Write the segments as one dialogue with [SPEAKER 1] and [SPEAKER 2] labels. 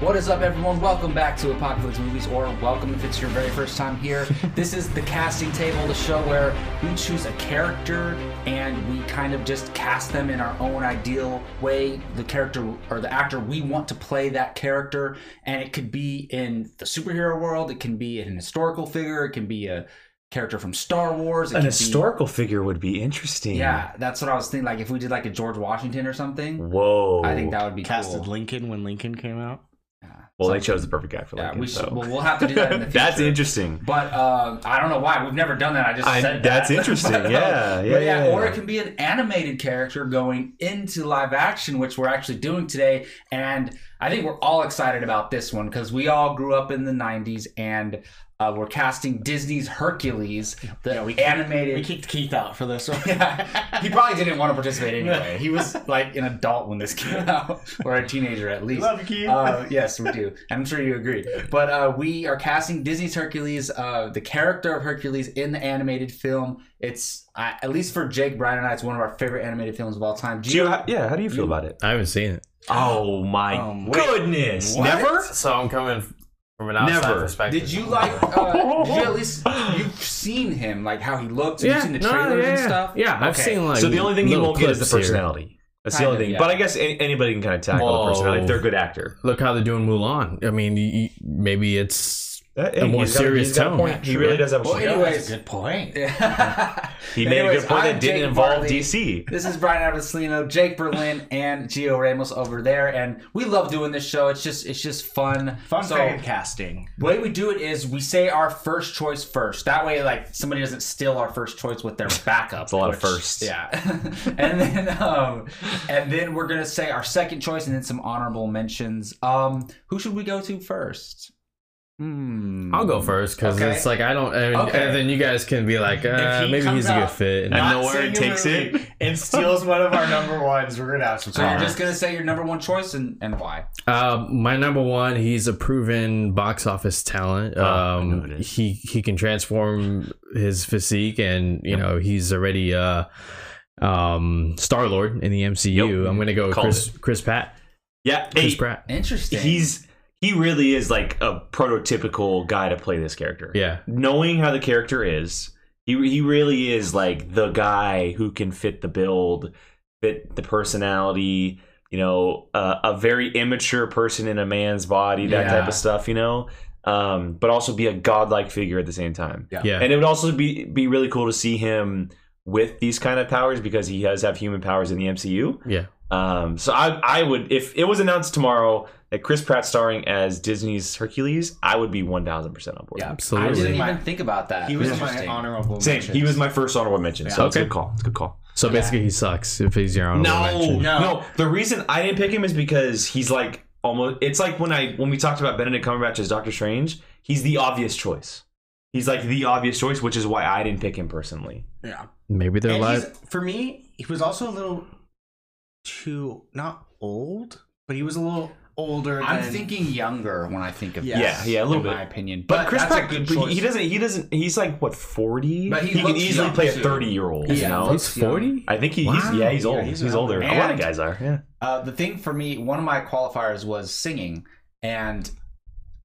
[SPEAKER 1] What is up, everyone? Welcome back to Apocalypse Movies, or welcome if it's your very first time here. this is the casting table, the show where we choose a character and we kind of just cast them in our own ideal way. The character or the actor we want to play that character, and it could be in the superhero world, it can be an historical figure, it can be a character from Star Wars, it
[SPEAKER 2] An
[SPEAKER 1] can be-
[SPEAKER 2] historical figure would be interesting.
[SPEAKER 1] yeah, that's what I was thinking. Like if we did like a George Washington or something,
[SPEAKER 2] Whoa.
[SPEAKER 1] I think that would be
[SPEAKER 3] Casted
[SPEAKER 1] cool.
[SPEAKER 3] Lincoln when Lincoln came out.
[SPEAKER 1] Yeah.
[SPEAKER 2] Well, they
[SPEAKER 1] So-
[SPEAKER 2] chose the perfect guy for
[SPEAKER 1] Yeah,
[SPEAKER 2] Lincoln.
[SPEAKER 1] we
[SPEAKER 2] so.
[SPEAKER 1] should, well, we'll have to do that in the future.
[SPEAKER 2] that's interesting.
[SPEAKER 1] But um, I don't know why we've never done that. I just
[SPEAKER 2] I-
[SPEAKER 1] said
[SPEAKER 2] that's
[SPEAKER 1] that.
[SPEAKER 2] interesting.
[SPEAKER 1] But, um,
[SPEAKER 2] Yeah,
[SPEAKER 1] but
[SPEAKER 2] yeah,
[SPEAKER 1] Or
[SPEAKER 2] yeah.
[SPEAKER 1] it can be an animated character going into live action, which we're actually doing today. And I think we're all excited about this one because we all grew up in the '90s, and uh, we're casting Disney's Hercules, the
[SPEAKER 3] Yeah, we-
[SPEAKER 1] animated.
[SPEAKER 3] We kicked Keith out for this one.
[SPEAKER 1] yeah, he probably didn't want to participate anyway. He was like an adult when this came out, or a teenager at least.
[SPEAKER 3] Love you, Keith.
[SPEAKER 1] Uh, yes, we do. I'm sure you agree. But uh, we are casting Disney's Hercules, uh, the character of Hercules in the animated film. It's I, at least for Jake Bryan and I, it's one of our favorite animated films of all time.
[SPEAKER 2] Do you, how- yeah, how do you feel about it?
[SPEAKER 4] I haven't seen it.
[SPEAKER 2] Oh my
[SPEAKER 3] Um, wait.
[SPEAKER 2] goodness.
[SPEAKER 1] What?
[SPEAKER 2] Never?
[SPEAKER 4] So I'm coming from an outside
[SPEAKER 2] Never.
[SPEAKER 4] perspective.
[SPEAKER 1] Did you like? Uh, did you at least you've seen him, like how he looks. You've seen the
[SPEAKER 4] no,
[SPEAKER 1] trailers and
[SPEAKER 4] yeah.
[SPEAKER 1] stuff.
[SPEAKER 4] Yeah, I've
[SPEAKER 1] Okay.
[SPEAKER 4] seen like.
[SPEAKER 2] so the only thing you
[SPEAKER 4] little
[SPEAKER 2] won't get is the
[SPEAKER 4] clips here.
[SPEAKER 2] personality. That's the
[SPEAKER 1] Kind
[SPEAKER 2] only
[SPEAKER 1] of,
[SPEAKER 2] thing.
[SPEAKER 1] yeah.
[SPEAKER 2] But I guess any, anybody can kind of tackle
[SPEAKER 4] Whoa.
[SPEAKER 2] the personality if they're a good actor.
[SPEAKER 4] Look how they're doing Mulan. I mean, you, you- maybe it's
[SPEAKER 2] That-
[SPEAKER 4] A
[SPEAKER 2] hey,
[SPEAKER 4] more
[SPEAKER 2] he's got-
[SPEAKER 4] serious
[SPEAKER 2] he's got a
[SPEAKER 4] tone.
[SPEAKER 2] point. He really does have a
[SPEAKER 1] Well,
[SPEAKER 2] point.
[SPEAKER 1] anyway-
[SPEAKER 3] That's a good point.
[SPEAKER 2] he made a
[SPEAKER 1] Anyways,
[SPEAKER 2] good point
[SPEAKER 1] I'm
[SPEAKER 2] that didn't
[SPEAKER 1] Jake
[SPEAKER 2] involve
[SPEAKER 1] Bartley.
[SPEAKER 2] DC.
[SPEAKER 1] This is Brian Avaslino, Jake Berlin, and Gio Ramos over there, and we love doing this show. It's just it's just fun.
[SPEAKER 3] Fun
[SPEAKER 1] So
[SPEAKER 3] fan casting.
[SPEAKER 1] the way we do it is we say our first choice first. That way, like somebody doesn't steal our first choice with their backup. It's
[SPEAKER 2] a lot of firsts.
[SPEAKER 1] Yeah, and then um, and then we're gonna say our second choice, and then some honorable mentions. Um, who should we go to first? Hmm.
[SPEAKER 4] I'll go first because
[SPEAKER 1] Okay.
[SPEAKER 4] it's like I don't. I mean,
[SPEAKER 1] Okay.
[SPEAKER 4] And then you guys can be like, uh,
[SPEAKER 3] he
[SPEAKER 4] maybe
[SPEAKER 3] comes
[SPEAKER 4] he's a good
[SPEAKER 3] out
[SPEAKER 4] fit. And
[SPEAKER 2] not-
[SPEAKER 4] then-
[SPEAKER 2] know where it takes it.
[SPEAKER 3] and steals one of our number ones. We're gonna have some.
[SPEAKER 1] So you're just gonna say your number one choice and, and why?
[SPEAKER 4] uh, my number one, he's a proven box office talent.
[SPEAKER 2] Oh, I know
[SPEAKER 4] Um,
[SPEAKER 2] it is.
[SPEAKER 4] he he can transform his physique, and you know he's already uh, um, Star Lord in the MCU.
[SPEAKER 2] Yep.
[SPEAKER 4] I'm gonna go with
[SPEAKER 2] Called
[SPEAKER 4] Chris Chris Pratt.
[SPEAKER 2] Yeah,
[SPEAKER 4] Chris
[SPEAKER 2] hey,
[SPEAKER 4] Pratt.
[SPEAKER 1] Interesting.
[SPEAKER 2] he's he really is like a prototypical guy to play this character.
[SPEAKER 4] Yeah.
[SPEAKER 2] knowing how the character is, he he really is like the guy who can fit the build, fit the personality. You know, uh, a very immature person in a man's body, that
[SPEAKER 4] Yeah.
[SPEAKER 2] type of stuff. You know, um, but also be a godlike figure at the same time.
[SPEAKER 4] Yeah.
[SPEAKER 2] And it would also be be really cool to see him with these kind of powers because he does have human powers in the MCU.
[SPEAKER 4] Yeah.
[SPEAKER 2] Um, so I I would if it was announced tomorrow that Chris Pratt starring as Disney's Hercules, I would be one thousand percent on board.
[SPEAKER 3] Yeah.
[SPEAKER 1] I
[SPEAKER 4] Absolutely.
[SPEAKER 1] didn't even think about that.
[SPEAKER 3] He was my
[SPEAKER 1] Interesting.
[SPEAKER 3] honorable.
[SPEAKER 2] Same.
[SPEAKER 3] mention.
[SPEAKER 2] He was my first honorable mention, so
[SPEAKER 4] Yeah.
[SPEAKER 2] it's a
[SPEAKER 4] Okay.
[SPEAKER 2] good call. It's a good call.
[SPEAKER 4] So basically, he sucks if he's your own.
[SPEAKER 3] No.
[SPEAKER 2] The reason I didn't pick him is because he's like almost. It's like when I when we talked about Benedict Cumberbatch as Doctor Strange. He's the obvious choice. He's like the obvious choice, which is why I didn't pick him personally.
[SPEAKER 3] Yeah.
[SPEAKER 4] Maybe they're
[SPEAKER 3] And he's-
[SPEAKER 4] live.
[SPEAKER 3] for me, he was also a little too not old, but he was a little older.
[SPEAKER 1] I'm
[SPEAKER 3] than-
[SPEAKER 1] thinking younger when I think of
[SPEAKER 3] Yeah.
[SPEAKER 1] this,
[SPEAKER 2] Yeah, yeah, a little
[SPEAKER 1] in
[SPEAKER 2] bit.
[SPEAKER 1] my opinion.
[SPEAKER 2] But,
[SPEAKER 1] But,
[SPEAKER 2] Chris
[SPEAKER 1] that's
[SPEAKER 2] Pratt,
[SPEAKER 1] a good
[SPEAKER 2] but
[SPEAKER 1] choice.
[SPEAKER 2] he doesn't. He doesn't. He's like what forty.
[SPEAKER 1] But he
[SPEAKER 2] he can
[SPEAKER 1] looks
[SPEAKER 2] easily
[SPEAKER 1] young,
[SPEAKER 2] play a
[SPEAKER 1] too.
[SPEAKER 2] thirty-year-old.
[SPEAKER 1] Yeah.
[SPEAKER 2] You know,
[SPEAKER 4] He's forty.
[SPEAKER 2] I think he,
[SPEAKER 4] Wow.
[SPEAKER 2] he's yeah. He's
[SPEAKER 3] Yeah,
[SPEAKER 2] old.
[SPEAKER 3] he's
[SPEAKER 2] he's,
[SPEAKER 3] old.
[SPEAKER 2] older. a lot of
[SPEAKER 1] And-
[SPEAKER 2] guys are. Yeah.
[SPEAKER 1] Uh, the thing for me, one of my qualifiers was singing, and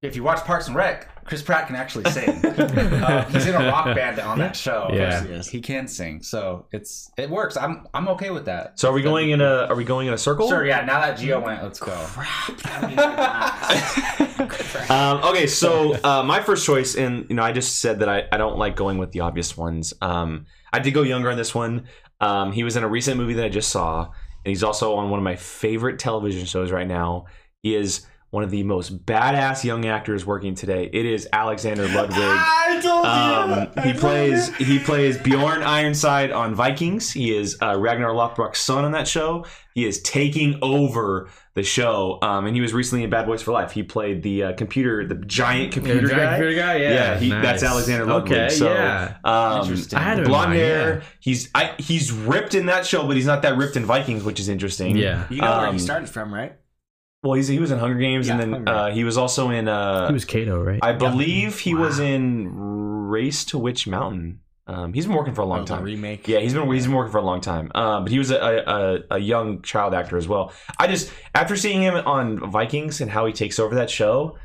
[SPEAKER 1] if you watch Parks and Rec, Chris Pratt can actually sing. uh, he's in a rock band on that show.
[SPEAKER 4] Yeah.
[SPEAKER 1] Of course he is. he can sing, so it's it works. I'm I'm okay with that.
[SPEAKER 2] So are we going in a? Are we going in a circle?
[SPEAKER 1] Sure, yeah. Now that Geo went, let's go.
[SPEAKER 2] Um, okay, so uh, my first choice, and you know, I just said that I, I don't like going with the obvious ones. Um, I did go younger on this one. Um, he was in a recent movie that I just saw, and he's also on one of my favorite television shows right now. He is one of the most badass young actors working today. It is Alexander Ludwig.
[SPEAKER 3] I told
[SPEAKER 4] Oh,
[SPEAKER 2] Um,
[SPEAKER 3] you. I
[SPEAKER 2] he
[SPEAKER 3] told
[SPEAKER 2] plays
[SPEAKER 3] you.
[SPEAKER 2] he plays Bjorn Ironside on Vikings. He is uh, Ragnar Lothbrok's son on that show. He is taking over the show, um, and he was recently in Bad Boys for Life. He played the uh, computer, the giant
[SPEAKER 4] Yeah,
[SPEAKER 2] computer
[SPEAKER 4] giant
[SPEAKER 2] guy.
[SPEAKER 4] computer guy. Yeah.
[SPEAKER 2] he,
[SPEAKER 4] Nice.
[SPEAKER 2] that's Alexander Ludwig.
[SPEAKER 4] Okay.
[SPEAKER 2] so,
[SPEAKER 4] yeah.
[SPEAKER 2] Um,
[SPEAKER 1] Interesting.
[SPEAKER 4] I had him in
[SPEAKER 2] blonde
[SPEAKER 4] mind,
[SPEAKER 2] hair. He's I, he's ripped in that show, but he's not that ripped in Vikings, which is interesting.
[SPEAKER 4] Yeah.
[SPEAKER 3] You know where
[SPEAKER 2] um,
[SPEAKER 3] he started from, right?
[SPEAKER 2] Well, he's, he was in Hunger Games,
[SPEAKER 3] Yeah,
[SPEAKER 2] and then
[SPEAKER 3] Hunger
[SPEAKER 2] uh, he was also in. Uh,
[SPEAKER 4] He was Kato, right?
[SPEAKER 2] I believe he was in Race to Witch Mountain. Um, he's been working for a long
[SPEAKER 3] Oh, the
[SPEAKER 2] time.
[SPEAKER 3] remake.
[SPEAKER 2] Yeah, he's been he's been working for a long time. Um, but he was a, a, a, a young child actor as well. I just after seeing him on Vikings and how he takes over that show,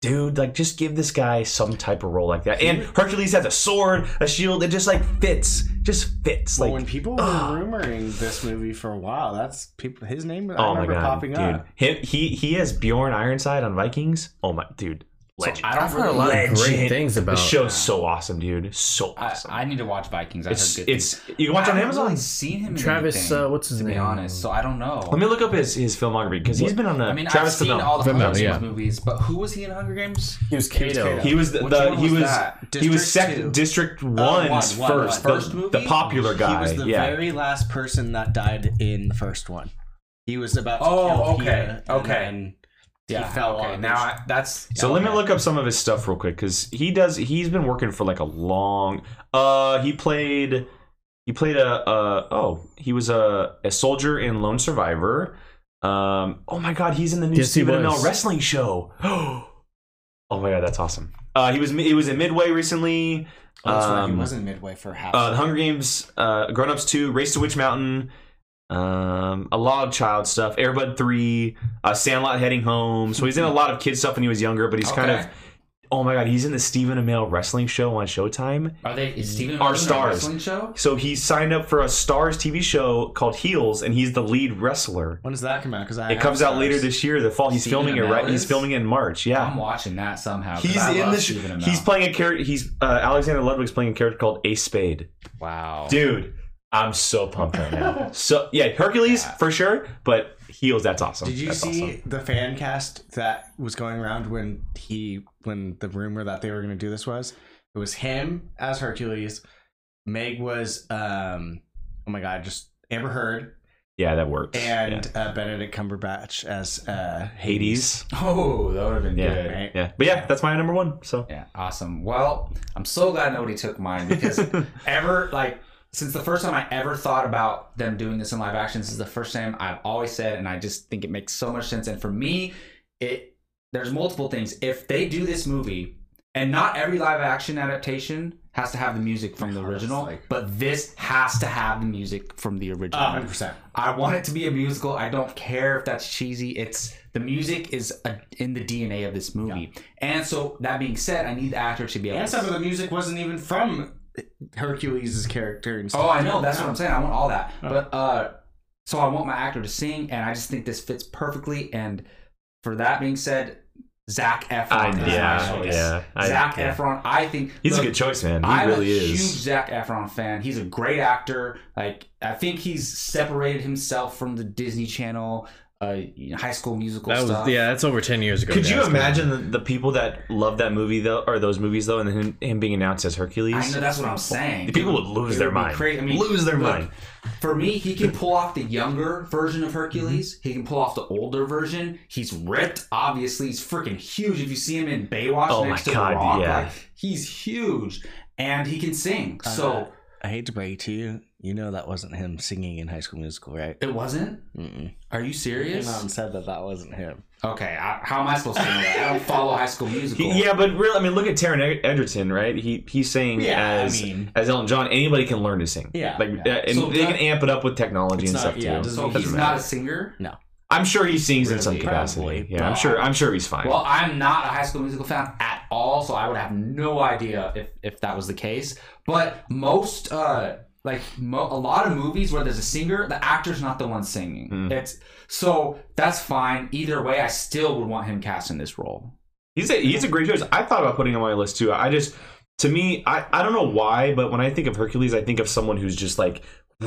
[SPEAKER 2] dude, like just give this guy some type of role like that. And Hercules has a sword, a shield. It just like fits, just fits.
[SPEAKER 3] Well,
[SPEAKER 2] like
[SPEAKER 3] when people were rumoring this movie for a while, that's people. His name I
[SPEAKER 2] oh my
[SPEAKER 3] remember
[SPEAKER 2] god,
[SPEAKER 3] popping
[SPEAKER 2] dude,
[SPEAKER 3] up.
[SPEAKER 2] Him, he he has Bjorn Ironside on Vikings. Oh my dude, legend.
[SPEAKER 1] I don't
[SPEAKER 4] I've heard a
[SPEAKER 1] really.
[SPEAKER 4] lot of great
[SPEAKER 2] Legend.
[SPEAKER 4] things
[SPEAKER 2] the
[SPEAKER 4] about.
[SPEAKER 2] show's so awesome, dude. So
[SPEAKER 1] I,
[SPEAKER 2] awesome.
[SPEAKER 1] I need to watch Vikings. I
[SPEAKER 2] it's
[SPEAKER 1] heard good
[SPEAKER 2] it's
[SPEAKER 1] things.
[SPEAKER 2] you can watch
[SPEAKER 1] I
[SPEAKER 2] it on
[SPEAKER 1] haven't
[SPEAKER 2] Amazon.
[SPEAKER 1] Really seen him in
[SPEAKER 4] Travis,
[SPEAKER 1] anything,
[SPEAKER 4] uh, what's his
[SPEAKER 1] to be
[SPEAKER 4] name?
[SPEAKER 1] honest, so I don't know.
[SPEAKER 2] Let me look up his his filmography because he's been on a
[SPEAKER 1] I mean,
[SPEAKER 2] Travis
[SPEAKER 1] I've seen
[SPEAKER 2] Deville.
[SPEAKER 1] all the Hunger
[SPEAKER 4] Deville,
[SPEAKER 1] Games
[SPEAKER 4] yeah.
[SPEAKER 1] movies, but who was he in Hunger Games?
[SPEAKER 4] He was Kato.
[SPEAKER 2] He was the,
[SPEAKER 1] Which
[SPEAKER 2] the
[SPEAKER 1] one
[SPEAKER 2] he
[SPEAKER 1] was
[SPEAKER 2] was
[SPEAKER 1] that?
[SPEAKER 2] he was
[SPEAKER 1] District
[SPEAKER 2] second
[SPEAKER 1] two? Oh,
[SPEAKER 2] District
[SPEAKER 1] one,
[SPEAKER 2] One's
[SPEAKER 1] one,
[SPEAKER 2] first,
[SPEAKER 1] one.
[SPEAKER 2] the-
[SPEAKER 1] First
[SPEAKER 2] the,
[SPEAKER 1] movie?
[SPEAKER 2] popular
[SPEAKER 3] He
[SPEAKER 2] guy.
[SPEAKER 3] was the
[SPEAKER 2] yeah,
[SPEAKER 3] very last person that died in the first one. He was about. To
[SPEAKER 1] Oh,
[SPEAKER 3] kill
[SPEAKER 1] okay,
[SPEAKER 3] Peter, and
[SPEAKER 1] okay.
[SPEAKER 3] then
[SPEAKER 1] Yeah.
[SPEAKER 3] He fell
[SPEAKER 1] okay.
[SPEAKER 3] on
[SPEAKER 1] Now
[SPEAKER 3] his-
[SPEAKER 1] I, that's
[SPEAKER 2] so
[SPEAKER 1] yeah,
[SPEAKER 2] let me
[SPEAKER 1] okay.
[SPEAKER 2] look up some of his stuff real quick because he does. He's been working for like a long. Uh, he played. He played a. Uh, oh, he was a a soldier in Lone Survivor. Um. Oh my God, he's in the new
[SPEAKER 4] Yes, he
[SPEAKER 2] Stephen
[SPEAKER 4] was.
[SPEAKER 2] Amell wrestling show. oh my God, that's awesome. Uh, he was he was in Midway recently.
[SPEAKER 3] Oh, that's right,
[SPEAKER 2] Um,
[SPEAKER 3] he was in Midway for half.
[SPEAKER 2] uh, the Hunger Games, uh, Grown Ups Two, Race to Witch Mountain, um, a lot of child stuff, Airbud Three, uh, Sandlot Heading Home. So he's in a lot of kid stuff when he was younger, but he's kind of
[SPEAKER 1] Okay.
[SPEAKER 2] oh my god, he's in the Stephen Amell wrestling show on Showtime.
[SPEAKER 1] Are they is Steven
[SPEAKER 2] Our
[SPEAKER 1] Amell in a
[SPEAKER 2] stars.
[SPEAKER 1] wrestling show?
[SPEAKER 2] So he signed up for a Stars TV show called Heels, and he's the lead wrestler.
[SPEAKER 3] when does that come out? Because
[SPEAKER 2] It comes out later this year, the fall. He's
[SPEAKER 1] Stephen
[SPEAKER 2] filming it
[SPEAKER 1] Amell
[SPEAKER 2] right. He's
[SPEAKER 1] is? Oh
[SPEAKER 2] filming it in March. Yeah.
[SPEAKER 1] I'm watching that somehow. 'cause
[SPEAKER 2] He's
[SPEAKER 1] I
[SPEAKER 2] in
[SPEAKER 1] love
[SPEAKER 2] the. Sh-
[SPEAKER 1] Steven Amell.
[SPEAKER 2] he's playing a character. He's uh, Alexander Ludwig's playing a character called Ace Spade.
[SPEAKER 1] wow.
[SPEAKER 2] dude i'm so pumped right now so yeah hercules for sure but heels that's awesome
[SPEAKER 3] Did you
[SPEAKER 2] That's
[SPEAKER 3] see
[SPEAKER 2] awesome.
[SPEAKER 3] the fan cast that was going around when he when the rumor that they were going to do this was? It was him as Hercules. Meg was um oh my god, just Amber Heard
[SPEAKER 2] yeah that works
[SPEAKER 3] and uh, Benedict Cumberbatch as uh
[SPEAKER 2] Yeah. hades
[SPEAKER 1] Oh, that would have been
[SPEAKER 2] yeah
[SPEAKER 1] good.
[SPEAKER 3] Right.
[SPEAKER 2] yeah but yeah that's my number one so
[SPEAKER 1] Yeah, awesome. Well, I'm so glad nobody took mine because ever like since the first time I ever thought about them doing this in live action, this is the first time I've always said, and I just think it makes so much sense. And for me, it there's multiple things. If they do this movie, and not every live action adaptation has to have the music from the original, but this has to have the music from the
[SPEAKER 3] Uh,
[SPEAKER 1] original.
[SPEAKER 3] 100%.
[SPEAKER 1] I want it to be a musical. I don't care if that's cheesy. It's the music is uh in the DNA of this movie. And so that being said, I need the actor to be able.
[SPEAKER 3] And some of
[SPEAKER 1] to
[SPEAKER 3] the music wasn't even from Hercules' character and stuff.
[SPEAKER 1] Oh, I know. That's what I'm saying. I want all that. But uh, so I want my actor to sing, and I just think this fits perfectly. And for that being said, Zach Efron
[SPEAKER 2] I-
[SPEAKER 1] is
[SPEAKER 2] yeah,
[SPEAKER 1] my choice.
[SPEAKER 2] yeah. I-
[SPEAKER 1] Zach
[SPEAKER 2] yeah.
[SPEAKER 1] Efron, I think
[SPEAKER 2] he's
[SPEAKER 1] look,
[SPEAKER 2] a good choice man he
[SPEAKER 1] I'm
[SPEAKER 2] really
[SPEAKER 1] a
[SPEAKER 2] is
[SPEAKER 1] huge Zach Efron fan. He's a great actor. Like I think he's separated himself from the Disney Channel, uh, you know, High School Musical
[SPEAKER 4] That was
[SPEAKER 1] stuff.
[SPEAKER 4] yeah. That's over ten years ago.
[SPEAKER 2] could you
[SPEAKER 4] guys.
[SPEAKER 2] imagine the, the people that love that movie though or those movies though and him, him being announced as
[SPEAKER 1] I
[SPEAKER 2] hercules
[SPEAKER 1] know that's what I'm saying.
[SPEAKER 2] the people
[SPEAKER 1] It
[SPEAKER 2] would lose
[SPEAKER 1] it
[SPEAKER 2] their
[SPEAKER 1] be
[SPEAKER 2] mind
[SPEAKER 1] cra- I mean,
[SPEAKER 2] lose their
[SPEAKER 1] look,
[SPEAKER 2] mind
[SPEAKER 1] For me, he can pull off the younger version of Hercules. He can pull off the older version. He's ripped, obviously. He's freaking huge. If you see him in Baywatch
[SPEAKER 2] Oh
[SPEAKER 1] next
[SPEAKER 2] my
[SPEAKER 1] to
[SPEAKER 2] God,
[SPEAKER 1] The Rock,
[SPEAKER 2] yeah.
[SPEAKER 1] like, he's huge, and he can sing. so
[SPEAKER 3] I hate to break it to you. You know that wasn't him singing in High School Musical, right?
[SPEAKER 1] it wasn't.
[SPEAKER 3] Mm-mm.
[SPEAKER 1] Are you serious?
[SPEAKER 3] Came out and said that that wasn't him.
[SPEAKER 1] Okay, I, how am I supposed to know that? I don't follow High School Musical.
[SPEAKER 2] He- yeah, but really, I mean, look at Taron Eg- Egerton, right? He he's saying
[SPEAKER 3] Yeah, I
[SPEAKER 2] as
[SPEAKER 3] mean-
[SPEAKER 2] as Elton John, anybody can learn to sing.
[SPEAKER 3] Yeah.
[SPEAKER 2] like
[SPEAKER 1] Yeah.
[SPEAKER 2] uh, and
[SPEAKER 1] So
[SPEAKER 2] they
[SPEAKER 1] that-
[SPEAKER 2] can amp it up with technology and
[SPEAKER 3] It's not-
[SPEAKER 2] stuff
[SPEAKER 3] yeah, it
[SPEAKER 2] too.
[SPEAKER 3] doesn't-
[SPEAKER 1] So
[SPEAKER 2] Doesn't
[SPEAKER 1] he's
[SPEAKER 2] matter.
[SPEAKER 1] not a singer.
[SPEAKER 2] I'm sure he sings in some
[SPEAKER 1] Really?
[SPEAKER 2] capacity.
[SPEAKER 3] Probably,
[SPEAKER 2] yeah, I'm
[SPEAKER 1] but-
[SPEAKER 2] sure. I'm sure he's fine.
[SPEAKER 1] Well, I'm not a High School Musical fan at all, so I would have no idea if, if that was the case. But most, uh, like mo- a lot of movies where there's a singer, the actor's not the one singing.
[SPEAKER 2] Mm.
[SPEAKER 1] It's so that's fine. Either way, I still would want him cast in this role.
[SPEAKER 2] he's a, he's a great choice. I thought about putting him on my list too. I just to me, I I don't know why, but when I think of Hercules, I think of someone who's just like.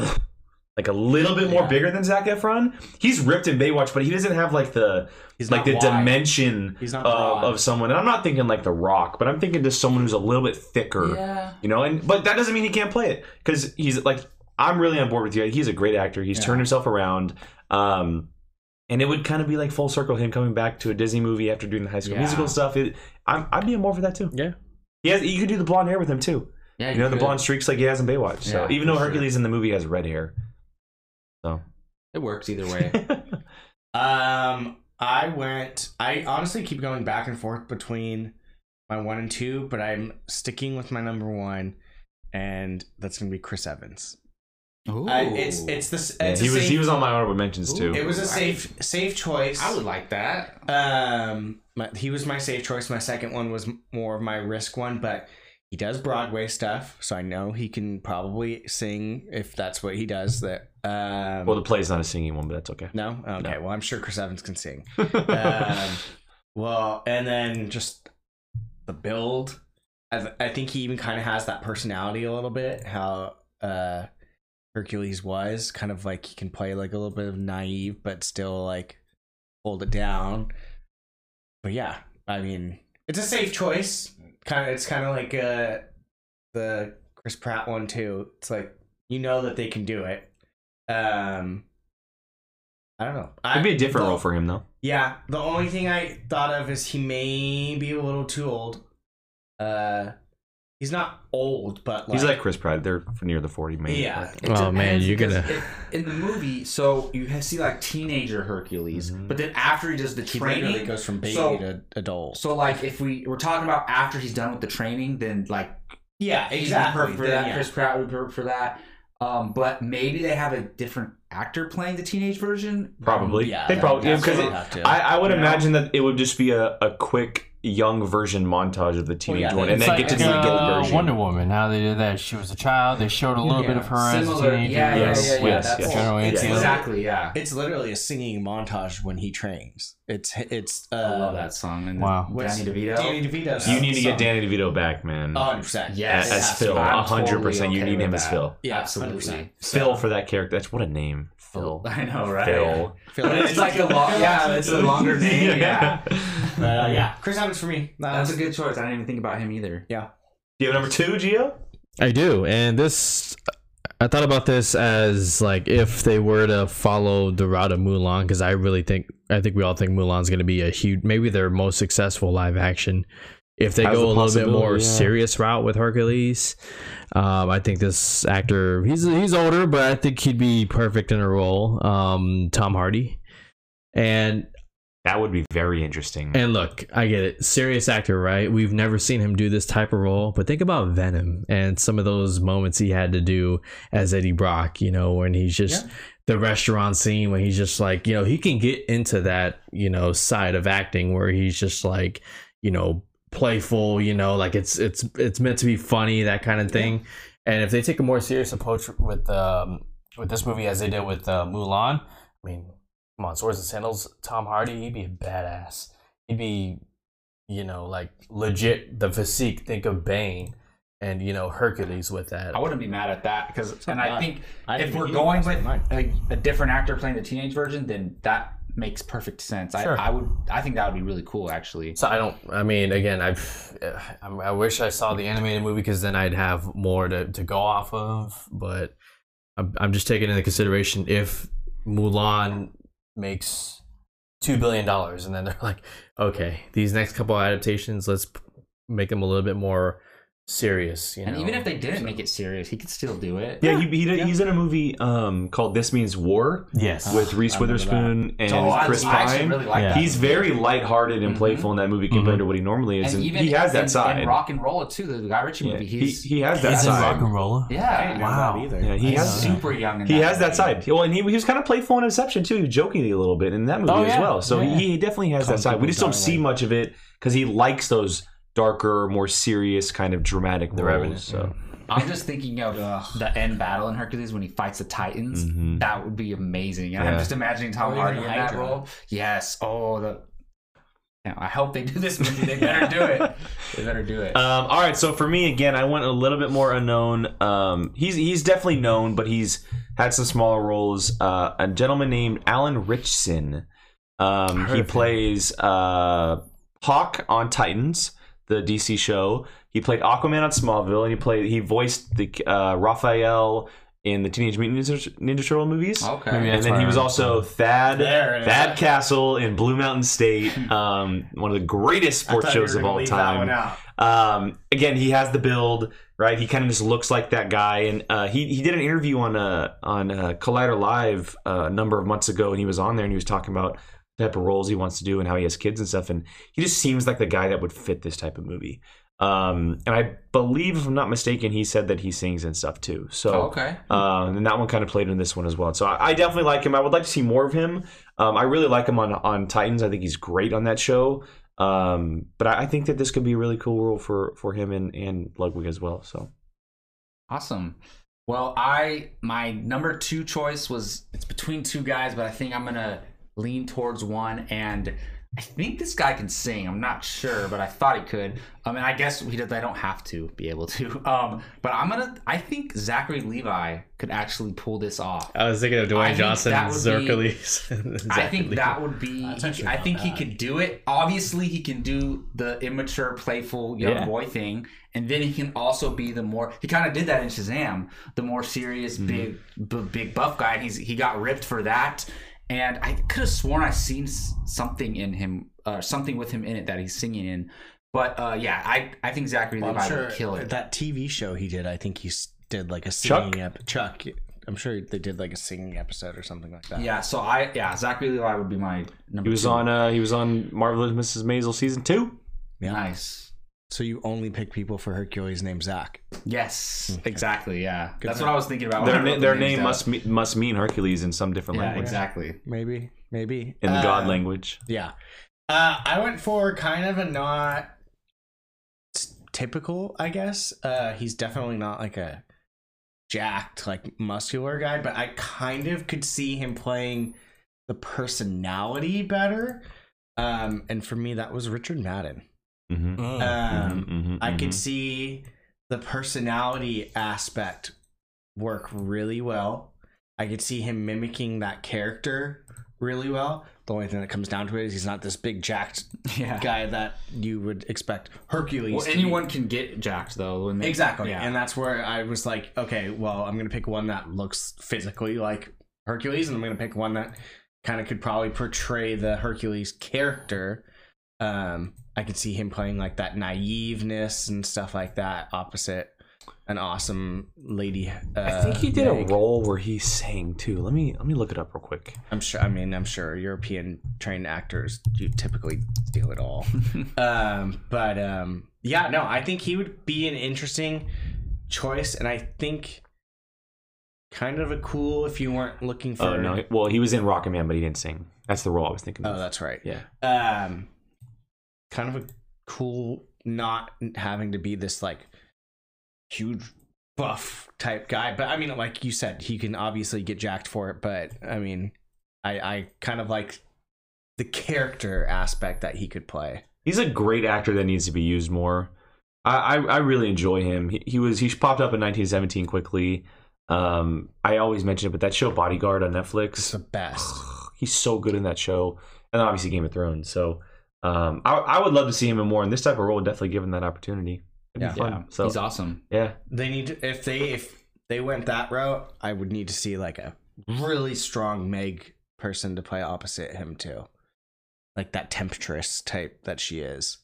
[SPEAKER 2] Like a little bit more
[SPEAKER 1] Yeah.
[SPEAKER 2] bigger than Zach Efron. He's ripped in Baywatch, but he doesn't have like the
[SPEAKER 3] He's
[SPEAKER 2] like
[SPEAKER 3] not
[SPEAKER 2] the
[SPEAKER 3] wide.
[SPEAKER 2] dimension
[SPEAKER 3] He's not
[SPEAKER 2] of,
[SPEAKER 3] broad.
[SPEAKER 2] of someone. And I'm not thinking like The Rock, but I'm thinking just someone who's a little bit thicker.
[SPEAKER 1] Yeah.
[SPEAKER 2] You know, and but that doesn't mean he can't play it because he's like I'm really on board with you. He's a great actor. He's turned himself around. Um, and it would kind of be like full circle him coming back to a Disney movie after doing the High School
[SPEAKER 1] Yeah.
[SPEAKER 2] Musical stuff. It, I'm, I'd be on board for that too.
[SPEAKER 4] Yeah.
[SPEAKER 2] He has, you could do the blonde hair with him too.
[SPEAKER 1] Yeah,
[SPEAKER 2] You know, the blonde streaks like he has in Baywatch. So
[SPEAKER 1] Yeah,
[SPEAKER 2] even though
[SPEAKER 1] for sure.
[SPEAKER 2] Hercules in the movie has red hair, so
[SPEAKER 1] It works either way.
[SPEAKER 3] Um, I went. I honestly keep going back and forth between my one and two, but I'm sticking with my number one. and that's gonna be Chris Evans.
[SPEAKER 1] Ooh.
[SPEAKER 3] I, it's it's the s-
[SPEAKER 2] Yeah,
[SPEAKER 3] it's
[SPEAKER 2] he
[SPEAKER 3] a
[SPEAKER 2] was
[SPEAKER 3] safe,
[SPEAKER 2] he was on my honorable mentions too.
[SPEAKER 3] it was a safe safe choice.
[SPEAKER 1] I would like that.
[SPEAKER 3] Um, my, he was my safe choice. My second one was m- more of my risk one, but he does Broadway stuff, so I know he can probably sing if that's what he does. That um,
[SPEAKER 2] well, the play's not a singing one, but that's okay.
[SPEAKER 3] no, okay. Well, I'm sure Chris Evans can sing. um, well, and then just the build. I, th- I think he even kind of has that personality a little bit. How uh, Hercules was kind of like he can play like a little bit of naive, but still like hold it down. But yeah, I mean, it's a safe choice. Kind of, it's kind of like uh, the Chris Pratt one too. It's like you know that they can do it. Um, I don't know.
[SPEAKER 2] It'd be a different
[SPEAKER 3] the-
[SPEAKER 2] role for him though.
[SPEAKER 3] yeah, the only thing I thought of is he may be a little too old. Uh, he's not old, but like,
[SPEAKER 2] He's like Chris Pratt. They're near the forty, maybe.
[SPEAKER 3] yeah,
[SPEAKER 1] It
[SPEAKER 4] Oh,
[SPEAKER 1] depends
[SPEAKER 4] man, you're
[SPEAKER 1] because
[SPEAKER 4] gonna-
[SPEAKER 1] it- in the movie. So you ha- see like teenager Hercules,
[SPEAKER 2] Mhm.
[SPEAKER 1] but then after he does the
[SPEAKER 3] he literally
[SPEAKER 1] training,
[SPEAKER 3] goes from baby
[SPEAKER 1] So-
[SPEAKER 3] to adult.
[SPEAKER 1] so like if we we're talking about after he's done with the training, then like
[SPEAKER 3] yeah,
[SPEAKER 1] he's
[SPEAKER 3] exactly.
[SPEAKER 1] perfect for
[SPEAKER 3] Then,
[SPEAKER 1] that.
[SPEAKER 3] yeah.
[SPEAKER 1] Chris Pratt would be perfect for that. Um, but maybe they have a different actor playing the teenage version.
[SPEAKER 2] Probably.
[SPEAKER 3] Yeah,
[SPEAKER 2] they
[SPEAKER 3] that-
[SPEAKER 2] probably
[SPEAKER 3] that's
[SPEAKER 2] because
[SPEAKER 3] what I'll have to-
[SPEAKER 2] I, I would
[SPEAKER 1] You know?
[SPEAKER 2] imagine that it would just be a, a quick young version montage of the teenage
[SPEAKER 3] yeah,
[SPEAKER 2] one, and
[SPEAKER 3] it's
[SPEAKER 2] then get
[SPEAKER 3] like,
[SPEAKER 2] to the
[SPEAKER 3] uh,
[SPEAKER 2] adult version.
[SPEAKER 5] Wonder Woman, how they did that. She was a child. They showed a little bit
[SPEAKER 3] Yeah.
[SPEAKER 5] of her as a
[SPEAKER 1] Similar, yeah,
[SPEAKER 5] teenager.
[SPEAKER 1] yeah,
[SPEAKER 2] Yes,
[SPEAKER 1] yeah, yeah.
[SPEAKER 2] yes,
[SPEAKER 1] that's
[SPEAKER 2] yes.
[SPEAKER 5] General
[SPEAKER 3] It's
[SPEAKER 5] Antioch.
[SPEAKER 1] exactly, yeah.
[SPEAKER 3] it's literally a singing montage when he trains. It's it's. Uh,
[SPEAKER 1] I love that song. And
[SPEAKER 5] Wow.
[SPEAKER 1] Danny
[SPEAKER 3] what's-
[SPEAKER 1] DeVito.
[SPEAKER 3] Danny DeVito.
[SPEAKER 2] You need to get Danny DeVito back, man.
[SPEAKER 3] 100. percent
[SPEAKER 1] Yes.
[SPEAKER 2] as, as
[SPEAKER 1] yes,
[SPEAKER 2] Phil,
[SPEAKER 1] I'm
[SPEAKER 2] hundred percent. You
[SPEAKER 1] totally
[SPEAKER 2] need
[SPEAKER 1] okay
[SPEAKER 2] him
[SPEAKER 1] with
[SPEAKER 2] as
[SPEAKER 1] that.
[SPEAKER 2] Phil.
[SPEAKER 3] Yeah,
[SPEAKER 1] Absolutely.
[SPEAKER 3] 100%.
[SPEAKER 2] Phil for that character. That's what a name, Phil.
[SPEAKER 1] I know, right?
[SPEAKER 2] Phil.
[SPEAKER 1] But it's like a long, yeah, it's a longer name. Yeah,
[SPEAKER 3] But, uh, yeah, Chris Evans for me. That
[SPEAKER 1] that's a
[SPEAKER 3] was-
[SPEAKER 1] good choice. I didn't even think about him either.
[SPEAKER 2] Do you have number two, Gio?
[SPEAKER 4] I do, and this I thought about this as like if they were to follow the route of Mulan, because I really think I think we all think Mulan's going to be a huge, maybe their most successful live action. If they
[SPEAKER 2] Has
[SPEAKER 4] go
[SPEAKER 2] the
[SPEAKER 4] a little bit more
[SPEAKER 2] possibility, yeah.
[SPEAKER 4] serious route with Hercules, um, I think this actor he's he's older, but I think he'd be perfect in a role. Um, Tom Hardy, and
[SPEAKER 2] That would be very interesting.
[SPEAKER 4] and look, I get it. Serious actor, right? We've never seen him do this type of role, but think about Venom and some of those moments he had to do as Eddie Brock, you know, when he's just the restaurant scene when he's just like, you know, he can get into that, you know, side of acting where he's just like, you know, playful, you know, like it's it's it's meant to be funny, that kind of thing.
[SPEAKER 5] And if they take a more serious approach with um, with this movie as they did with uh, Mulan, I mean, come on, swords and sandals. Tom Hardy, he'd be a badass. He'd be, you know, like legit the physique. Think of Bane, and you know Hercules with that.
[SPEAKER 1] I wouldn't be mad at that because, and I
[SPEAKER 3] bad.
[SPEAKER 1] think
[SPEAKER 3] I
[SPEAKER 1] if
[SPEAKER 3] think
[SPEAKER 1] we're
[SPEAKER 3] he
[SPEAKER 1] going
[SPEAKER 3] was
[SPEAKER 1] with
[SPEAKER 3] mine.
[SPEAKER 1] a, a different actor playing the teenage version, then that makes perfect sense.
[SPEAKER 5] Sure.
[SPEAKER 1] I, I would, I think that would be really cool, actually.
[SPEAKER 5] So I don't. I mean, again, I, I'm- I wish I saw the animated movie because then I'd have more to, to go off of. But I'm, I'm just taking into consideration if Mulan makes two billion dollars, and then they're like, okay, these next couple adaptations, let's p- make them a little bit more serious. You know,
[SPEAKER 1] And even if they didn't make it serious, he could still do it.
[SPEAKER 2] yeah, he, he did, he's in a movie um, called This Means War
[SPEAKER 5] yes,
[SPEAKER 2] with Reese Witherspoon and
[SPEAKER 1] Oh, I-
[SPEAKER 2] Chris
[SPEAKER 1] I actually
[SPEAKER 2] Pine.
[SPEAKER 1] really like
[SPEAKER 5] Yeah. Mm-hmm.
[SPEAKER 1] that.
[SPEAKER 2] He's very lighthearted and
[SPEAKER 1] Mhm.
[SPEAKER 2] playful in that movie compared to what he normally is, and, he has that
[SPEAKER 1] in,
[SPEAKER 2] side.
[SPEAKER 1] in Rock and Roll too. The Guy Ritchie
[SPEAKER 2] Yeah,
[SPEAKER 1] movie.
[SPEAKER 2] he,
[SPEAKER 1] He's
[SPEAKER 2] he has that
[SPEAKER 5] he's in
[SPEAKER 2] side.
[SPEAKER 5] rock and roller.
[SPEAKER 1] yeah,
[SPEAKER 5] Wow.
[SPEAKER 3] either.
[SPEAKER 2] Yeah, he
[SPEAKER 5] I
[SPEAKER 2] has
[SPEAKER 5] know.
[SPEAKER 1] super young. in
[SPEAKER 2] he has that
[SPEAKER 1] movie.
[SPEAKER 2] side. Well, and he, he was kind of playful in Inception too. He was jokingly a little bit in that movie
[SPEAKER 5] Oh,
[SPEAKER 2] as
[SPEAKER 5] yeah.
[SPEAKER 2] well. So
[SPEAKER 5] Yeah.
[SPEAKER 2] he, he definitely has that side. We just don't see much of it because he likes those darker, more serious kind of dramatic roles.
[SPEAKER 5] Revenant,
[SPEAKER 2] so
[SPEAKER 1] I'm just thinking of the end battle in Hercules when he fights the Titans.
[SPEAKER 5] Mm-hmm.
[SPEAKER 2] Mhm.
[SPEAKER 1] That would be amazing. And I'm
[SPEAKER 2] Yeah.
[SPEAKER 1] just imagining Tom
[SPEAKER 3] Or
[SPEAKER 1] Hardy in
[SPEAKER 3] even
[SPEAKER 1] that
[SPEAKER 3] Hydra.
[SPEAKER 1] role. Yes. Oh, the. Yeah, I hope they do this movie. They better do it. They better do it.
[SPEAKER 2] Um, all right, so for me again, I went a little bit more unknown. Um, he's he's definitely known, but he's had some smaller roles. Uh, a gentleman named Alan Richson. Um, he plays uh, Hawk on Titans, the DC show. He played Aquaman on Smallville, and he played he voiced the uh, Raphael in the Teenage Mutant Ninja, Ninja Turtle movies.
[SPEAKER 1] okay.
[SPEAKER 5] Maybe
[SPEAKER 2] And
[SPEAKER 5] That's
[SPEAKER 2] then
[SPEAKER 5] why Oh,
[SPEAKER 2] he
[SPEAKER 5] I
[SPEAKER 2] was
[SPEAKER 5] remember
[SPEAKER 2] also Thad
[SPEAKER 3] There it is.
[SPEAKER 2] Thad Castle in Blue Mountain State, um, one of the greatest
[SPEAKER 3] I thought
[SPEAKER 2] sports
[SPEAKER 3] you were
[SPEAKER 2] shows of
[SPEAKER 3] gonna
[SPEAKER 2] all
[SPEAKER 3] leave That
[SPEAKER 2] time.
[SPEAKER 3] one out.
[SPEAKER 2] Um, again, he has the build, right? He kind of just looks like that guy, and uh, he he did an interview on uh, on uh, Collider Live uh, a number of months ago, and he was on there and he was talking about the type of roles he wants to do and how he has kids and stuff, and he just seems like the guy that would fit this type of movie. Um, and I believe, if I'm not mistaken, he said that he sings and stuff too. So
[SPEAKER 1] Oh, okay.
[SPEAKER 2] um, and that one kind of played in this one as well. So I, I definitely like him. I would like to see more of him. Um, I really like him on on Titans. I think he's great on that show. Um, but I, I think that this could be a really cool role for for him and and Ludwig as well. So
[SPEAKER 1] Awesome. Well, I my number two choice was it's between two guys, but I think I'm gonna lean towards one, and I think this guy can sing. I'm not sure, but I thought he could. I mean, I guess he does. I don't have to be able to. Um, but I'm gonna. I think Zachary Levi could actually pull this off.
[SPEAKER 4] I was thinking of Dwayne
[SPEAKER 1] think
[SPEAKER 4] Johnson,
[SPEAKER 1] that would be-
[SPEAKER 4] Zerkles.
[SPEAKER 1] I think that would be.
[SPEAKER 3] That's
[SPEAKER 1] he-
[SPEAKER 3] Uh, actually
[SPEAKER 1] I
[SPEAKER 3] not
[SPEAKER 1] think he
[SPEAKER 3] bad.
[SPEAKER 1] could do it. Obviously, he can do the immature, playful young
[SPEAKER 2] Yeah.
[SPEAKER 1] boy thing, and then he can also be the more. He kind of did that in Shazam, the more serious, big, b- big buff guy. And he's he got ripped for that. And I could have sworn I seen s- something in him, uh, something with him in it that he's singing in. But uh, yeah, I I think Zachary
[SPEAKER 3] Well,
[SPEAKER 1] Levi
[SPEAKER 3] I'm sure
[SPEAKER 1] would kill it.
[SPEAKER 3] that TV show he did. I think he s- did like a
[SPEAKER 2] Chuck?
[SPEAKER 3] singing ep- Chuck. I'm sure they did like a singing episode or something like that.
[SPEAKER 1] yeah, so I yeah Zachary Levi would be my number.
[SPEAKER 2] he was
[SPEAKER 1] two.
[SPEAKER 2] on uh, he was on Marvelous Mrs. Maisel season two.
[SPEAKER 1] nice.
[SPEAKER 3] So you only pick people for Hercules named Zach.
[SPEAKER 1] Yes, exactly. Yeah, that's
[SPEAKER 3] for
[SPEAKER 1] what I was thinking
[SPEAKER 3] Oh,
[SPEAKER 1] about. when I
[SPEAKER 2] Their
[SPEAKER 1] wrote
[SPEAKER 2] na-
[SPEAKER 1] the
[SPEAKER 2] their
[SPEAKER 1] names
[SPEAKER 2] name
[SPEAKER 1] down.
[SPEAKER 2] must me- must mean Hercules in some different
[SPEAKER 1] Yeah,
[SPEAKER 2] language
[SPEAKER 1] exactly.
[SPEAKER 3] Maybe, maybe
[SPEAKER 2] in the God
[SPEAKER 3] Uh,
[SPEAKER 2] language.
[SPEAKER 3] Yeah. Uh, I went for kind of a not s- typical, I guess. Uh, he's definitely not like a jacked, like muscular guy, but I kind of could see him playing the personality better. Um, and for me, that was Richard Madden.
[SPEAKER 2] Mm-hmm.
[SPEAKER 1] mm.
[SPEAKER 3] Um,
[SPEAKER 5] Uh,
[SPEAKER 3] I
[SPEAKER 1] Mm-hmm.
[SPEAKER 3] could see the personality aspect work really well. I could see him mimicking that character really well. The only thing that comes down to it is he's not this big jacked
[SPEAKER 1] Yeah.
[SPEAKER 3] guy that you would expect Hercules.
[SPEAKER 1] Well,
[SPEAKER 3] to be.
[SPEAKER 1] anyone can get jacked though. When they,
[SPEAKER 3] exactly,
[SPEAKER 1] Yeah.
[SPEAKER 3] and that's where I was like, okay, well, I'm gonna pick one that looks physically like Hercules, and I'm gonna pick one that kind of could probably portray the Hercules character. Um, I could see him playing like that naiveness and stuff like that opposite an awesome lady. Uh,
[SPEAKER 2] I think he did a
[SPEAKER 3] Meg.
[SPEAKER 2] role where he sang too. Let me let me look it up real quick.
[SPEAKER 3] I'm sure. I mean, I'm sure European trained actors do typically do it all. um, but um, yeah, no, I think he would be an interesting choice, and I think kind of a cool if you weren't looking for.
[SPEAKER 2] Oh no! Well, he was in Rocket Man, but he didn't sing. That's the role I was thinking.
[SPEAKER 3] Oh,
[SPEAKER 2] of.
[SPEAKER 3] that's right.
[SPEAKER 2] yeah.
[SPEAKER 3] Um, kind of a cool not having to be this like huge buff type guy but i mean like you said he can obviously get jacked for it but i mean i i kind of like the character aspect that he could play
[SPEAKER 2] He's a great actor that needs to be used more. I, I, I really enjoy him. He, he was he popped up in 1917 quickly. Um, I always mention it, but that show Bodyguard on
[SPEAKER 3] it's
[SPEAKER 2] Netflix,
[SPEAKER 3] the best
[SPEAKER 2] he's so good in that show, and then obviously Game of Thrones. So um, I, I would love to see him in more, and this type of role would definitely give him that opportunity. It'd
[SPEAKER 3] Yeah.
[SPEAKER 2] be fun.
[SPEAKER 1] Yeah,
[SPEAKER 2] So
[SPEAKER 1] he's awesome.
[SPEAKER 2] yeah,
[SPEAKER 3] they need to, if they if they went that route i would need to see like a really strong meg person to play opposite him too like that temptress type that she is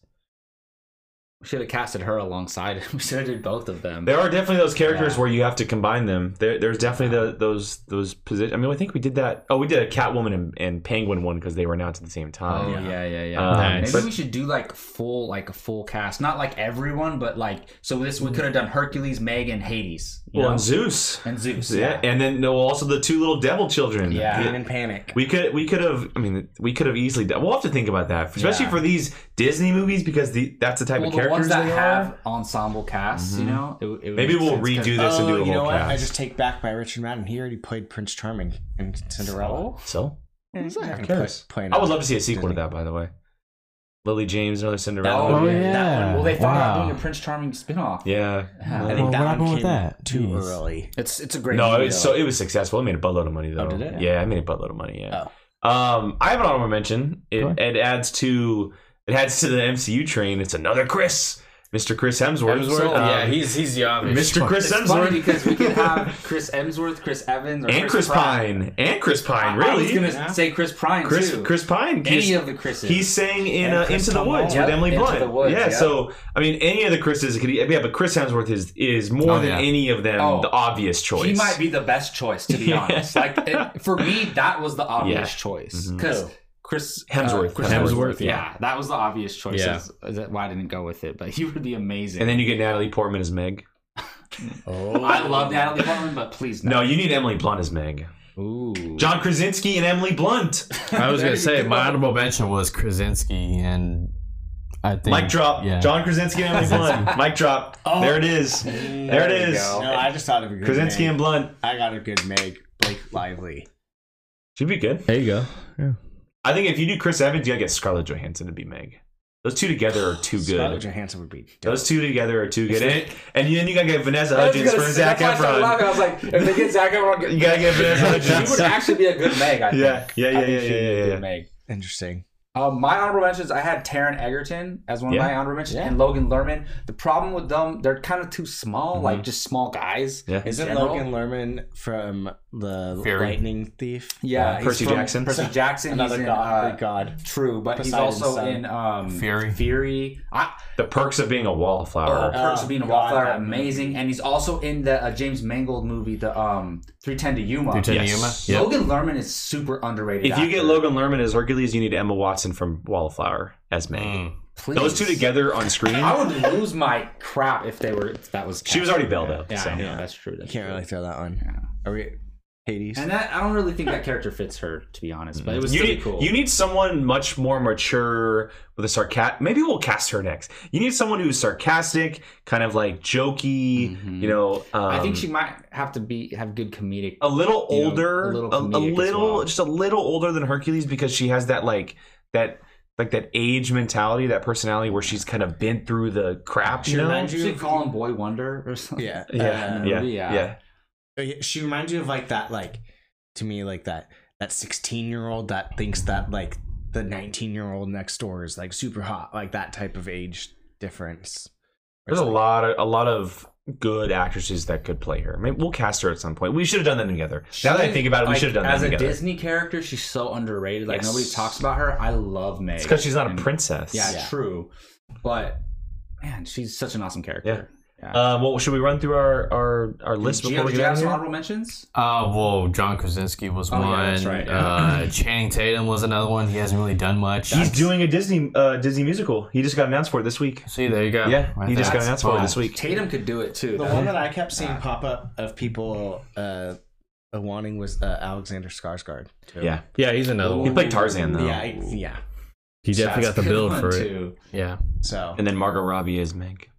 [SPEAKER 1] We should have casted her alongside him. We should have did both of them.
[SPEAKER 2] there are definitely those characters
[SPEAKER 1] Yeah.
[SPEAKER 2] where you have to combine them. There, there's definitely the, those those positions. I mean, I think we did that. Oh, we did a Catwoman and, and Penguin one because they were announced at the same time.
[SPEAKER 1] Oh yeah, yeah, yeah.
[SPEAKER 2] Um,
[SPEAKER 4] Nice.
[SPEAKER 1] Maybe
[SPEAKER 2] but-
[SPEAKER 1] we should do like full, like a full cast. Not like everyone, but like so. This we could have done Hercules, Meg, and Hades. you
[SPEAKER 2] Well,
[SPEAKER 1] know?
[SPEAKER 2] and Zeus.
[SPEAKER 1] and Zeus.
[SPEAKER 2] Yeah, and then no, also the two little devil children.
[SPEAKER 1] Yeah.
[SPEAKER 3] Being in panic
[SPEAKER 2] We could we could have I mean we could have easily done, we'll have to think about that especially
[SPEAKER 1] Yeah.
[SPEAKER 2] for these Disney movies because the that's the type
[SPEAKER 1] Well,
[SPEAKER 2] of
[SPEAKER 1] the ones
[SPEAKER 2] characters
[SPEAKER 1] that
[SPEAKER 2] they
[SPEAKER 1] have
[SPEAKER 2] are. Mm-hmm.
[SPEAKER 1] ensemble casts, you know, it, it would
[SPEAKER 2] Maybe
[SPEAKER 1] make
[SPEAKER 2] we'll
[SPEAKER 1] sense 'cause-
[SPEAKER 2] redo this and do a whole
[SPEAKER 3] Oh, you know what?
[SPEAKER 2] cast.
[SPEAKER 3] I just take back my Richard Madden. He already played Prince Charming in
[SPEAKER 1] Oh,
[SPEAKER 3] Cinderella.
[SPEAKER 2] so
[SPEAKER 3] Yeah, he's not gonna
[SPEAKER 2] cares?
[SPEAKER 3] play- play
[SPEAKER 2] I would
[SPEAKER 3] another
[SPEAKER 2] love to see a sequel to
[SPEAKER 3] Disney.
[SPEAKER 2] that by the way. Lily James another
[SPEAKER 3] That
[SPEAKER 2] Cinderella.
[SPEAKER 3] one-
[SPEAKER 4] Oh,
[SPEAKER 3] that
[SPEAKER 4] yeah.
[SPEAKER 3] one-
[SPEAKER 1] Well, they thought
[SPEAKER 4] Wow.
[SPEAKER 1] about doing a Prince Charming spinoff.
[SPEAKER 2] Yeah.
[SPEAKER 1] Yeah.
[SPEAKER 3] I
[SPEAKER 4] Well,
[SPEAKER 3] think that
[SPEAKER 4] what
[SPEAKER 3] one
[SPEAKER 4] happened with
[SPEAKER 3] came
[SPEAKER 4] that?
[SPEAKER 3] too
[SPEAKER 4] Jeez.
[SPEAKER 3] early.
[SPEAKER 1] It's it's a great.
[SPEAKER 2] No,
[SPEAKER 1] movie,
[SPEAKER 2] it was,
[SPEAKER 1] though.
[SPEAKER 2] so it was successful. It made a buttload of money though.
[SPEAKER 3] did it?
[SPEAKER 2] Yeah, it made a buttload of money. Yeah. Um, I have an honorable mention. It,
[SPEAKER 4] Go ahead.
[SPEAKER 2] it adds to it adds to the MCU train. It's another Chris, Mr. Chris Hemsworth.
[SPEAKER 5] So,
[SPEAKER 2] Um,
[SPEAKER 5] yeah, he's he's the obvious.
[SPEAKER 2] Mr. Chris
[SPEAKER 1] It's funny
[SPEAKER 2] Hemsworth.
[SPEAKER 1] because we could have Chris Emsworth, Chris Evans, or
[SPEAKER 2] and Chris
[SPEAKER 1] Pratt.
[SPEAKER 2] Pine and Chris Pine.
[SPEAKER 1] I
[SPEAKER 2] Really,
[SPEAKER 1] was gonna say Chris Pine
[SPEAKER 2] Chris
[SPEAKER 1] too.
[SPEAKER 2] Chris Pine.
[SPEAKER 1] any
[SPEAKER 2] he's,
[SPEAKER 1] of the Chris's.
[SPEAKER 2] he sang in
[SPEAKER 3] And
[SPEAKER 2] uh,
[SPEAKER 3] Chris
[SPEAKER 2] Into the
[SPEAKER 3] Tomlin.
[SPEAKER 2] Woods
[SPEAKER 1] Yep,
[SPEAKER 2] with Emily
[SPEAKER 1] Into
[SPEAKER 2] Blunt.
[SPEAKER 1] the Woods,
[SPEAKER 2] yeah,
[SPEAKER 1] yep.
[SPEAKER 2] so I mean, any of the Chris's could yeah, but Chris Hemsworth is is more
[SPEAKER 5] Oh,
[SPEAKER 2] than
[SPEAKER 5] yeah.
[SPEAKER 2] any of them
[SPEAKER 1] Oh.
[SPEAKER 2] the obvious choice.
[SPEAKER 1] He might be the best choice to be honest. Like it, for me, that was the obvious choice because Chris
[SPEAKER 2] Mm-hmm.
[SPEAKER 1] uh,
[SPEAKER 2] Hemsworth.
[SPEAKER 1] Chris
[SPEAKER 2] Hemsworth,
[SPEAKER 1] yeah. that was the obvious choice.
[SPEAKER 5] Yeah.
[SPEAKER 1] Is, is that why I didn't go with it, but he would be amazing.
[SPEAKER 2] And then you get Natalie Portman as Meg.
[SPEAKER 3] Oh,
[SPEAKER 1] I love Natalie Portman, but please
[SPEAKER 2] No,
[SPEAKER 1] no.
[SPEAKER 2] you need Emily Blunt as Meg.
[SPEAKER 1] Ooh,
[SPEAKER 2] John Krasinski and Emily Blunt.
[SPEAKER 5] I was
[SPEAKER 1] There
[SPEAKER 5] gonna
[SPEAKER 1] you
[SPEAKER 5] say
[SPEAKER 1] go.
[SPEAKER 5] my honorable mention was Krasinski, and I think
[SPEAKER 2] Mic drop.
[SPEAKER 5] Yeah.
[SPEAKER 2] John Krasinski and Emily Blunt. Mic drop.
[SPEAKER 3] Oh.
[SPEAKER 2] There it is. There it
[SPEAKER 1] you
[SPEAKER 2] is.
[SPEAKER 1] go.
[SPEAKER 3] No, I just thought of a good
[SPEAKER 2] Krasinski
[SPEAKER 3] Meg.
[SPEAKER 2] and Blunt.
[SPEAKER 3] I got a good Meg. Blake Lively.
[SPEAKER 2] Should be good.
[SPEAKER 4] There you go.
[SPEAKER 2] I think if you do Chris Evans, you gotta get Scarlett Johansson to be Meg. Those two together are too
[SPEAKER 3] Scarlett
[SPEAKER 2] good.
[SPEAKER 3] Johansson would be. dope.
[SPEAKER 2] Those two together are too good. And, and then you gotta get Vanessa
[SPEAKER 1] I was
[SPEAKER 2] Hudgens
[SPEAKER 1] gonna
[SPEAKER 2] from
[SPEAKER 1] say-
[SPEAKER 2] Zac
[SPEAKER 1] that's why I started
[SPEAKER 2] Efron.
[SPEAKER 1] laughing. I was like, if they get Zac Efron,
[SPEAKER 2] You gotta get Vanessa
[SPEAKER 1] she
[SPEAKER 2] Hudgens.
[SPEAKER 1] would actually be a good Meg. I think.
[SPEAKER 2] Yeah, yeah, yeah,
[SPEAKER 1] I
[SPEAKER 2] yeah,
[SPEAKER 1] think she'd be
[SPEAKER 2] yeah,
[SPEAKER 1] a
[SPEAKER 2] yeah,
[SPEAKER 1] good
[SPEAKER 2] yeah.
[SPEAKER 1] Meg.
[SPEAKER 3] Interesting.
[SPEAKER 1] Um, my honorable mentions, I had Taryn Egerton as one
[SPEAKER 2] Yeah.
[SPEAKER 1] of my honorable mentions,
[SPEAKER 3] Yeah.
[SPEAKER 1] and Logan Lerman. The problem with them, they're kind of too small, like just small guys.
[SPEAKER 2] Mm-hmm. Yeah.
[SPEAKER 1] in
[SPEAKER 3] Isn't
[SPEAKER 1] general.
[SPEAKER 3] Logan Lerman from the
[SPEAKER 5] Fury.
[SPEAKER 3] Lightning Thief?
[SPEAKER 1] Yeah,
[SPEAKER 2] Uh,
[SPEAKER 1] he's
[SPEAKER 2] Percy
[SPEAKER 1] from
[SPEAKER 2] Jackson.
[SPEAKER 1] Percy Jackson.
[SPEAKER 3] Another
[SPEAKER 1] he's in,
[SPEAKER 3] god.
[SPEAKER 1] uh,
[SPEAKER 3] big god.
[SPEAKER 1] True, but
[SPEAKER 3] Poseidon's
[SPEAKER 1] he's also
[SPEAKER 3] son.
[SPEAKER 1] in um,
[SPEAKER 5] Fury.
[SPEAKER 1] Fury. I,
[SPEAKER 2] The perks of being a
[SPEAKER 1] oh,
[SPEAKER 2] wallflower.
[SPEAKER 1] Perks of Being a
[SPEAKER 3] God,
[SPEAKER 1] Wallflower,
[SPEAKER 3] that movie.
[SPEAKER 1] amazing. And he's also in the uh, James Mangold movie, the um, 310 to Yuma.
[SPEAKER 5] 310 to
[SPEAKER 2] Yes.
[SPEAKER 5] Yuma. Yep.
[SPEAKER 1] Logan Lerman is super underrated.
[SPEAKER 2] if you get
[SPEAKER 1] actor.
[SPEAKER 2] Logan Lerman as Hercules, you need Emma Watson from Wallflower as Meg.
[SPEAKER 5] Mm.
[SPEAKER 1] Please.
[SPEAKER 2] Those two together on screen.
[SPEAKER 1] I would lose my crap if they were. If that was.
[SPEAKER 2] She was already bailed out.
[SPEAKER 1] Yeah,
[SPEAKER 2] so.
[SPEAKER 1] I know, that's true.
[SPEAKER 3] You
[SPEAKER 1] That's
[SPEAKER 3] can't
[SPEAKER 1] true.
[SPEAKER 3] really throw that one. Are we Hades?
[SPEAKER 1] And that I don't really think that character fits her, to be honest. But it was
[SPEAKER 2] You
[SPEAKER 1] really
[SPEAKER 2] need,
[SPEAKER 1] cool.
[SPEAKER 2] you need someone much more mature with a sarcastic. Maybe we'll cast her next. You need someone who's sarcastic, kind of like jokey.
[SPEAKER 1] Mhm.
[SPEAKER 2] You know, um, Oh,
[SPEAKER 1] I think she might have to be have good comedic.
[SPEAKER 2] a little
[SPEAKER 1] you know,
[SPEAKER 2] older,
[SPEAKER 1] a little
[SPEAKER 2] a a little,
[SPEAKER 1] comedic as well.
[SPEAKER 2] just a little older than Hercules because she has that like that like that age mentality, that personality where she's kind of been through the crap. You
[SPEAKER 3] She
[SPEAKER 2] know,
[SPEAKER 3] reminds
[SPEAKER 1] Should we call him Boy Wonder or something?
[SPEAKER 3] yeah.
[SPEAKER 2] yeah,
[SPEAKER 3] Um,
[SPEAKER 2] yeah,
[SPEAKER 1] yeah.
[SPEAKER 2] yeah,
[SPEAKER 3] But yeah, she reminds you of like that like to me like that that 16 year old that thinks that like the 19 year old next door is like super hot like that type of age difference
[SPEAKER 2] There's a lot of a lot of good actresses that could play her. Maybe we'll cast her at some point. We should have done that together. now that I
[SPEAKER 1] She-
[SPEAKER 2] think about it, we
[SPEAKER 1] like,
[SPEAKER 2] should have done
[SPEAKER 1] as
[SPEAKER 2] that
[SPEAKER 1] a
[SPEAKER 2] together.
[SPEAKER 1] Disney character. She's so underrated. Like
[SPEAKER 2] Yes.
[SPEAKER 1] nobody talks about her. I love Meg.
[SPEAKER 2] It's because she's not a
[SPEAKER 1] And-
[SPEAKER 2] princess.
[SPEAKER 1] Yeah,
[SPEAKER 3] Yeah.
[SPEAKER 1] true. But man, she's such an awesome character. Yeah.
[SPEAKER 2] Um, well, should we run through our our, our list
[SPEAKER 1] Do you, have,
[SPEAKER 2] before we
[SPEAKER 1] do you
[SPEAKER 2] get out
[SPEAKER 1] have
[SPEAKER 2] of
[SPEAKER 1] some
[SPEAKER 2] here?
[SPEAKER 1] honorable mentions?
[SPEAKER 5] Uh, well, John Krasinski was
[SPEAKER 1] Oh,
[SPEAKER 5] one.
[SPEAKER 1] yeah, that's right, yeah.
[SPEAKER 5] Uh, Channing Tatum was another one. He hasn't really done much.
[SPEAKER 2] He's doing a Disney uh, Disney musical. He just got announced for it this week.
[SPEAKER 5] See, there you go.
[SPEAKER 2] Yeah,
[SPEAKER 5] Right
[SPEAKER 2] he just
[SPEAKER 5] there.
[SPEAKER 2] got announced for it
[SPEAKER 5] Boom.
[SPEAKER 2] this week.
[SPEAKER 1] Tatum could do it too.
[SPEAKER 3] the one that i kept seeing pop up of people uh uh, wanting was uh, alexander skarsgård too.
[SPEAKER 2] Yeah,
[SPEAKER 4] Yeah, he's another
[SPEAKER 2] he
[SPEAKER 4] one.
[SPEAKER 2] played Tarzan though.
[SPEAKER 3] yeah I- yeah
[SPEAKER 4] He definitely
[SPEAKER 1] That's
[SPEAKER 4] got the
[SPEAKER 1] a good
[SPEAKER 4] build
[SPEAKER 1] one,
[SPEAKER 4] for it.
[SPEAKER 1] too.
[SPEAKER 5] Yeah.
[SPEAKER 3] so
[SPEAKER 2] And then Margot Robbie is Meg.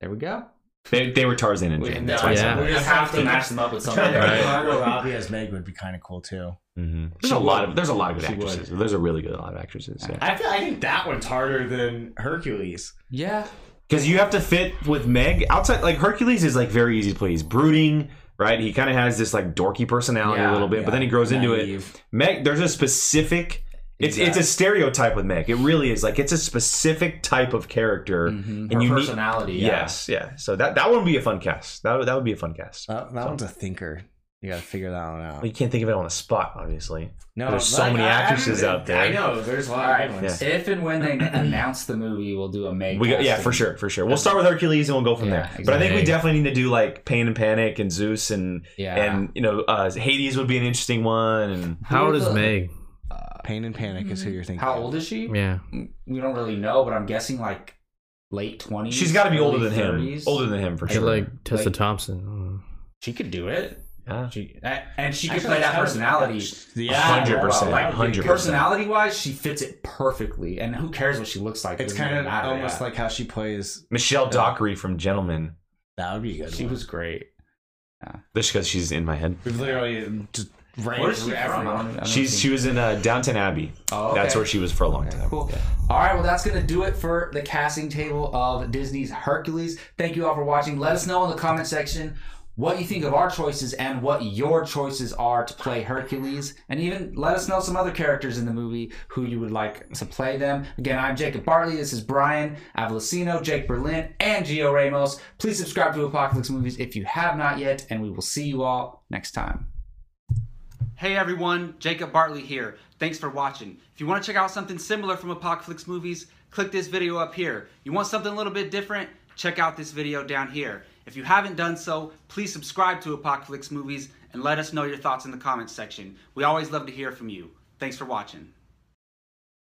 [SPEAKER 1] There we go.
[SPEAKER 2] They, they were Tarzan and Jane. That's why. I
[SPEAKER 4] Yeah.
[SPEAKER 2] said
[SPEAKER 1] We're gonna have to match them up with something.
[SPEAKER 5] Right.
[SPEAKER 3] Margot Robbie as Meg would be kind of cool too.
[SPEAKER 2] hmm There's a lot of there's a lot of good
[SPEAKER 1] She would.
[SPEAKER 2] actresses. There's a really good lot of actresses. Yeah.
[SPEAKER 3] I feel I think that one's harder than Hercules.
[SPEAKER 1] Yeah.
[SPEAKER 2] Because you have to fit with Meg outside. Like Hercules is like very easy to please, brooding, right? He kind of has this like dorky personality a
[SPEAKER 1] Yeah,
[SPEAKER 2] little bit, but then he grows into
[SPEAKER 3] Naive.
[SPEAKER 2] it. Meg, there's a specific. It's it's a stereotype with Meg. It really is like it's a specific type of character,
[SPEAKER 1] Mm-hmm. Her
[SPEAKER 2] and you need.
[SPEAKER 1] personality. Mm, yeah.
[SPEAKER 2] Yes, yeah. So that that would be a fun cast. That would- that would be a fun cast.
[SPEAKER 3] That, that one's a thinker. You got to figure that one out.
[SPEAKER 2] Well, you can't think of it on the spot, obviously.
[SPEAKER 3] No,
[SPEAKER 2] There's so many actresses out there.
[SPEAKER 3] I know there's a lot
[SPEAKER 1] All
[SPEAKER 3] of
[SPEAKER 1] right.
[SPEAKER 3] good ones.
[SPEAKER 1] If and when they announce the movie, we'll do a Meg.
[SPEAKER 2] We got, yeah,
[SPEAKER 1] casting.
[SPEAKER 2] for sure, for sure. We'll start with Hercules and we'll go from
[SPEAKER 1] Yeah,
[SPEAKER 2] there. But I think we
[SPEAKER 5] exactly.
[SPEAKER 2] definitely need to do like Pain and Panic and Zeus and
[SPEAKER 1] Yeah.
[SPEAKER 2] and you know uh, Hades would be an interesting one and
[SPEAKER 5] How old is
[SPEAKER 1] the-
[SPEAKER 5] Meg?
[SPEAKER 3] Pain and Panic is who you're thinking.
[SPEAKER 1] How
[SPEAKER 3] of.
[SPEAKER 1] old is she? Mm,
[SPEAKER 5] Yeah.
[SPEAKER 1] We don't really know, but I'm guessing like late twenties.
[SPEAKER 2] she's got to be older than him, older than him for
[SPEAKER 5] Get
[SPEAKER 2] sure.
[SPEAKER 5] like Tessa
[SPEAKER 1] Like-
[SPEAKER 5] Thompson.
[SPEAKER 1] she could do it.
[SPEAKER 2] Yeah.
[SPEAKER 1] She that- and she could
[SPEAKER 3] Actually,
[SPEAKER 1] play that
[SPEAKER 3] that was-
[SPEAKER 1] personality.
[SPEAKER 3] Yeah,
[SPEAKER 2] 100%,
[SPEAKER 1] Like,
[SPEAKER 2] 100%.
[SPEAKER 1] Personality wise, she fits it perfectly. And who cares what she looks like?
[SPEAKER 3] It's
[SPEAKER 1] Doesn't
[SPEAKER 3] kind of
[SPEAKER 1] matter,
[SPEAKER 3] almost
[SPEAKER 1] yeah.
[SPEAKER 3] like how she plays.
[SPEAKER 2] Michelle Dockery from Gentlemen,
[SPEAKER 3] That would be a good.
[SPEAKER 1] she
[SPEAKER 3] one.
[SPEAKER 1] was great.
[SPEAKER 2] just because she's in my head.
[SPEAKER 3] We've literally just ran
[SPEAKER 1] Where is
[SPEAKER 3] through
[SPEAKER 1] she from? I don't- I
[SPEAKER 3] everyone.
[SPEAKER 1] don't
[SPEAKER 2] She's
[SPEAKER 1] think-
[SPEAKER 2] she was in uh, Downton Abbey.
[SPEAKER 1] Oh, okay.
[SPEAKER 2] That's where she was for a long time.
[SPEAKER 1] Cool. All right, well, that's going to do it for the casting table of Disney's Hercules. Thank you all for watching. Let us know in the comment section what you think of our choices and what your choices are to play Hercules. And even let us know some other characters in the movie who you would like to play them. Again, I'm Jacob Bartley. This is Brian Avellino, Jake Berlin, and Gio Ramos. Please subscribe to Apocalypse Movies if you have not yet, and we will see you all next time.
[SPEAKER 6] Hey everyone, Jacob Bartley here. Thanks for watching. If you want to check out something similar from Apocalypse Movies, click this video up here. You want something a little bit different? Check out this video down here. If you haven't done so, please subscribe to Apocalypse Movies and let us know your thoughts in the comments section. We always love to hear from you. Thanks for watching.